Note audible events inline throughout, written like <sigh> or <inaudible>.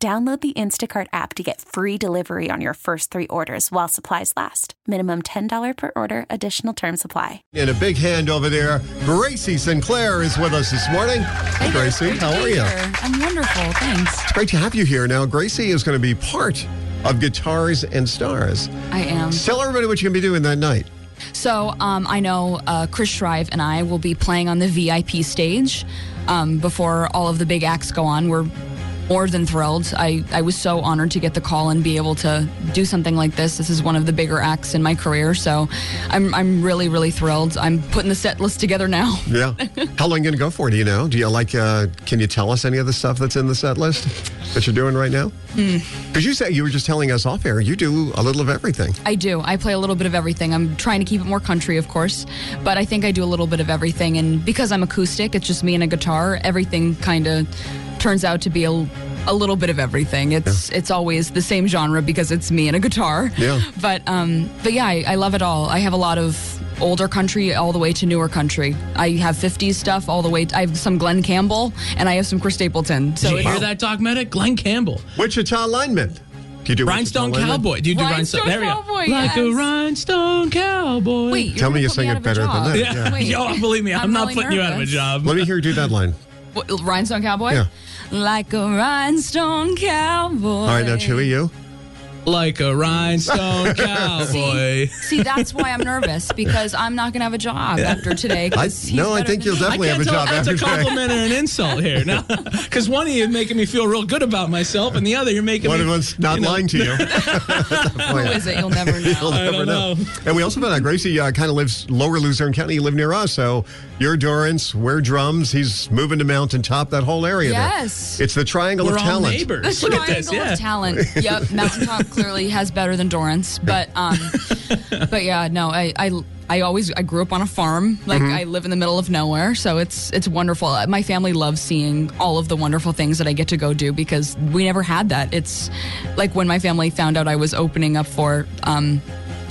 Download the Instacart app to get free delivery on your first three orders while supplies last. Minimum $10 per order, additional term supply. And a big hand over there. Gracie Sinclair is with us this morning. Hey, Gracie, how are you? I'm wonderful, thanks. It's great to have you here. Now, Gracie is going to be part of Guitars and Stars. I am. Tell everybody what you're going to be doing that night. So um, I know uh, Chris Shrive and I will be playing on the VIP stage um, before all of the big acts go on. We're more than thrilled. I, I was so honored to get the call and be able to do something like this. This is one of the bigger acts in my career, so I'm, I'm really, really thrilled. I'm putting the set list together now. Yeah. <laughs> how long are you going to go for? Do you know? Do you like, uh, can you tell us any of the stuff that's in the set list that you're doing right now? Because you said you were just telling us off air, you do a little of everything. I do. I play a little bit of everything. I'm trying to keep it more country, of course, but I think I do a little bit of everything. And because I'm acoustic, it's just me and a guitar, everything kind of turns out to be a, a little bit of everything. It's it's always the same genre because it's me and a guitar. Yeah. <laughs> But um, but yeah, I, I love it all. I have a lot of older country all the way to newer country. I have 50s stuff all the way. I have some Glenn Campbell and I have some Chris Stapleton. So Did you it's- hear that, Doc Medic? Glenn Campbell. Wichita lineman. Do you do Rhinestone Wichita lineman? Cowboy. Do you do Rhinestone Rhinestone? There we go. Cowboy, Like a yes. Rhinestone Cowboy. wait, you're Tell me gonna you put sing out it of a better than job. that. Yeah. <laughs> Yeah. Wait. Yo, believe me, I'm, I'm not really putting you out of a nervous. job. Let me hear you do that line. What, Rhinestone Cowboy? Yeah. Like a Rhinestone Cowboy. All right, now, Chewy, you? Like <laughs> a Rhinestone Cowboy. See, that's why I'm nervous because I'm not going to have a job after today. 'cause he's no, I better think than you'll me. I definitely have can't a tell job if that's after a today. compliment or an insult here. <laughs> Because one of you is making me feel real good about myself, and the other you're making One me. of us not lying to <laughs> you. Who is it? You'll never <laughs> know. You'll never don't know. know. And we also found out Gracie uh, kind of lives lower Luzerne County. You live near us, so you're Dorrance, we're drums. He's moving to Mountain Top, that whole area. there. Yes. It's the Triangle We're of all Talent. The neighbors. Look triangle at this. Yeah. of talent. Yep, <laughs> Mountaintop clearly has better than Dorrance, but um, but yeah, no, I, I I always I grew up on a farm. Like Mm-hmm. I live in the middle of nowhere, so it's it's wonderful. Uh, My family loves seeing all of the wonderful things that I get to go do because we never had that. It's like when my family found out I was opening up for. Um,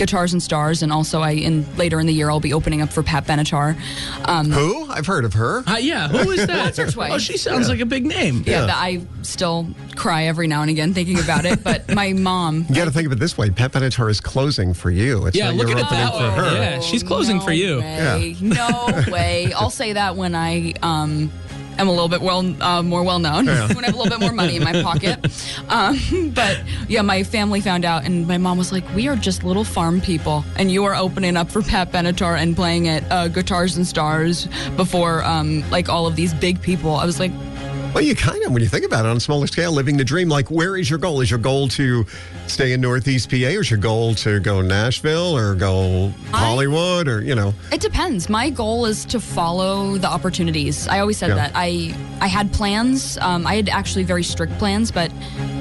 Guitars and Stars, and also I in later in the year I'll be opening up for Pat Benatar. Um, Who? I've heard of her. Uh, yeah, who <laughs> is that? Once or twice. Oh, she sounds like a big name. yeah, that I still cry every now and again thinking about it. But my mom, You got to think of it this way: Pat Benatar is closing for you. It's Yeah, not look you're at it opening that for way. her. Yeah, she's closing no for you. Way. <laughs> No way. I'll say that when I um, am a little bit well, uh, more well known. Yeah. <laughs> when I have a little bit more money in my pocket. Um, but yeah, my family found out, and my mom was like, "We are just little farm people, and you are opening up for Pat Benatar and playing at uh, Guitars and Stars before um, like all of these big people." I was like, Well, you kind of, when you think about it on a smaller scale, living the dream. Like, where is your goal? Is your goal to stay in Northeast PA, or is your goal to go Nashville, or go Hollywood, or you know? It depends. My goal is to follow the opportunities. I always said Yeah. that. I I had plans. Um, I had actually very strict plans, but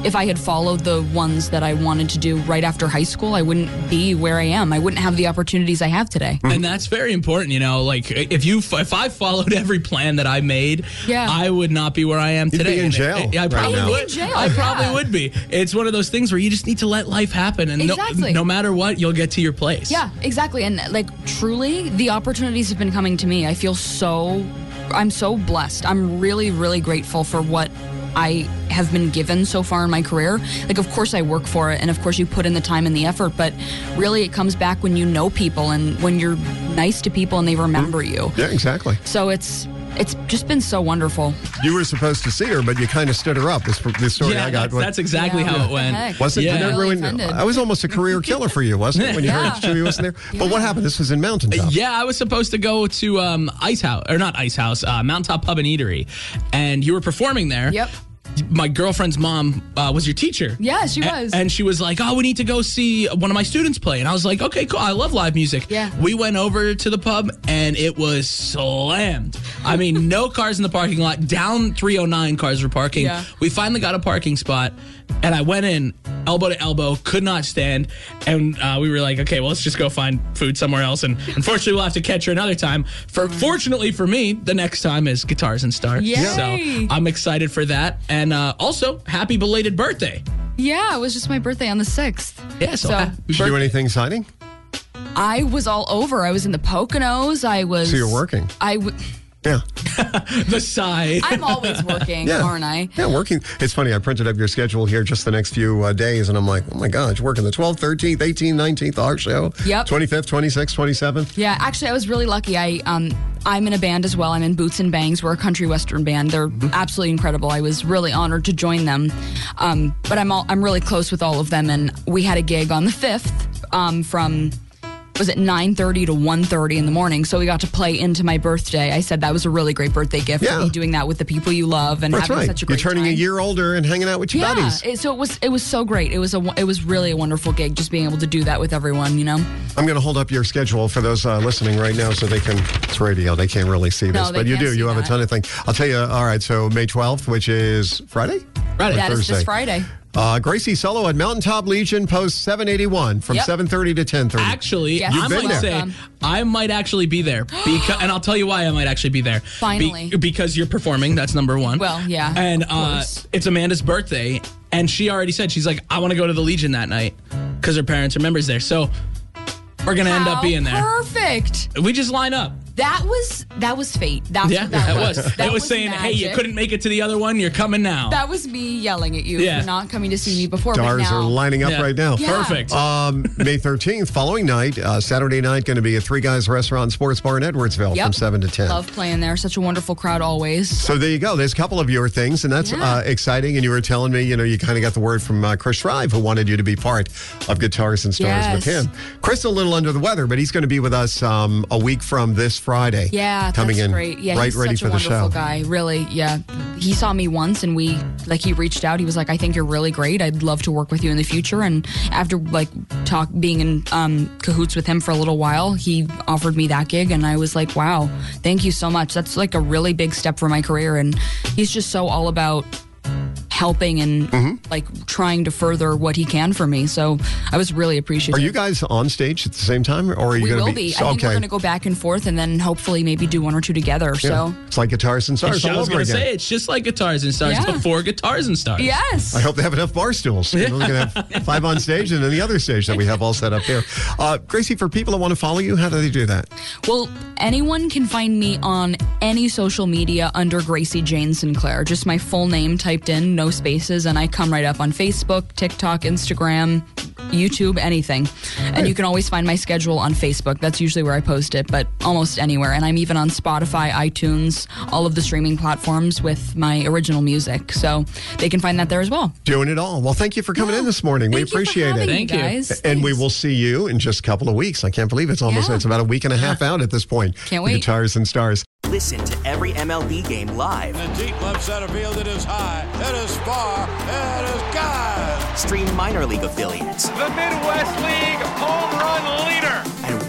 if I had followed the ones that I wanted to do right after high school, I wouldn't be where I am. I wouldn't have the opportunities I have today. and that's very important you know like if you if i followed every plan that i made Yeah. i would not be where i am be today in And jail i, right probably now. would You'd be in jail, i probably yeah. would be it's one of those things where you just need to let life happen and no- Exactly. no, matter what you'll get to your place Yeah, exactly. And like truly, the opportunities have been coming to me. I feel so, I'm so blessed. I'm really, really grateful for what I have been given so far in my career. Like, of course, I work for it, and of course, you put in the time and the effort, but really, it comes back when you know people and when you're nice to people and they remember you. Yeah, exactly. So it's, it's just been so wonderful. You were supposed to see her, but you kind of stood her up. This, this story yeah I got. that's, that's exactly Yeah. how What it the went heck? Was it? Yeah. Did that Really ruin? offended. I was almost a <laughs> career killer for you, wasn't it? When you heard Yeah. Jimmy wasn't there. But what happened? This was in Mountaintop. Uh, Yeah, I was supposed to go to um, Ice House, or not Ice House, uh, Mountaintop Pub and Eatery, and you were performing there. Yep. my girlfriend's mom uh, was your teacher. Yeah, she A- was. And she was like, "Oh, we need to go see one of my students play." And I was like, "Okay, cool. I love live music." Yeah. We went over to the pub and it was slammed. I mean, no <laughs> cars in the parking lot. Down 309 cars were parking. Yeah. We finally got a parking spot and I went in elbow to elbow, could not stand. And uh, we were like, "Okay, well, let's just go find food somewhere else." And unfortunately, we'll have to catch her another time. For fortunately for me, the next time is Guitars and Stars. Mm. Yay. So I'm excited for that. And uh, also, happy belated birthday. Yeah, it was just my birthday on the 6th. Yeah, so, So- happy Did you do birthday. anything exciting? I was all over. I was in the Poconos. I was. So you're working. I w- Yeah. <laughs> the sigh. I'm always working, <laughs> Yeah. aren't I? Yeah, working. It's funny. I printed up your schedule here just the next few uh, days, and I'm like, oh my gosh, working the 12th, 13th, 18th, 19th, our show. Yep. 25th, 26th, 27th. Yeah, actually, I was really lucky. I um, I'm in a band as well. I'm in Boots and Bangs. We're a country western band. They're Mm-hmm. absolutely incredible. I was really honored to join them. Um, but I'm all, I'm really close with all of them, and we had a gig on the fifth um, from was it 9.30 to 1.30 in the morning so we got to play into my birthday i said that was a really great birthday gift Yeah. to be doing that with the people you love and That's having right. such a You're great turning a time. year older and hanging out with your yeah buddies. it- so it was it was so great it was a wo- it was really a wonderful gig just being able to do that with everyone you know I'm going to hold up your schedule for those uh, listening right now so they can. It's radio. They can't really see this, they but you can't do. see You have a that. ton of things. I'll tell you. All right. So May 12th, which is Friday? Right. That is Thursday. this friday Uh, Gracie Solo at Mountaintop Legion, post 781 from Yep. 730 to 1030. Actually, Yes, I You've been there. might say I might actually be there because, and I'll tell you why I might actually be there. Be- Finally. because you're performing. That's number one. Well, yeah, and of uh, course. it's Amanda's birthday, and she already said she's like, I want to go to the Legion that night because her parents are members there. So we're gonna end up How being there. perfect we just line up. That was that was fate. That's Yeah, what that, <laughs> that was. <laughs> That it was, saying, hey, you magic. couldn't make it to the other one. You're coming now. That was me yelling at you Yeah. for not coming to see me before. but Stars now, are lining up Yeah. right now. Yeah. Perfect. Um, May 13th, following night, uh, Saturday night, going to be at Three Guys Restaurant Sports Bar in Edwardsville Yep. from 7 to 10. Love playing there. Such a wonderful crowd always. So there you go. There's a couple of your things, and that's Yeah. uh, exciting. And you were telling me, you know, you kind of got the word from uh, Chris Shrive, who wanted you to be part of Guitars and Stars with Yes. him. Chris a little under the weather, but he's going to be with us um, a week from this Friday. Yeah, coming that's in great. Yeah, right he's ready such for a the show. wonderful guy. Really, yeah. He saw me once, and we like he reached out. He was like, "I think you're really great. I'd love to work with you in the future." And after like talk being in um, cahoots with him for a little while, he offered me that gig, and I was like, "Wow, thank you so much. That's like a really big step for my career." And he's just so all about helping and Mm-hmm. like trying to further what he can for me. So I was really appreciative. Are you guys on stage at the same time, or are you we going will to be. be? I think we're going to go back and forth, and then hopefully maybe do one or two together. So it's like Guitars and Stars I all was over gonna again. say it's just like guitars and stars Yeah. before guitars and stars. yes, I hope they have enough bar stools. We're going to <laughs> have five on stage and then the other stage that we have all set up here. Uh, Gracie, for people that want to follow you, how do they do that? Well, anyone can find me on any social media under Gracie Jane Sinclair. Just my full name typed in, no spaces, and I come right up on Facebook, TikTok, Instagram, YouTube, anything. And you can always find my schedule on Facebook. That's usually where I post it, but almost anywhere. And I'm even on Spotify, iTunes, all of the streaming platforms with my original music. So they can find that there as well. Doing it all. Well, thank you for coming in this morning. we Thank you for appreciate it. having me, Thank you. guys. And we Thanks. will see you in just a couple of weeks. I can't believe it's almost Yeah. it's about a week and a half out at this point. Can't The wait. Guitars and stars. Listen to every MLB game live. In deep left center field, it is high, it is far, it is God. Stream minor league affiliates The Midwest League home run leader. and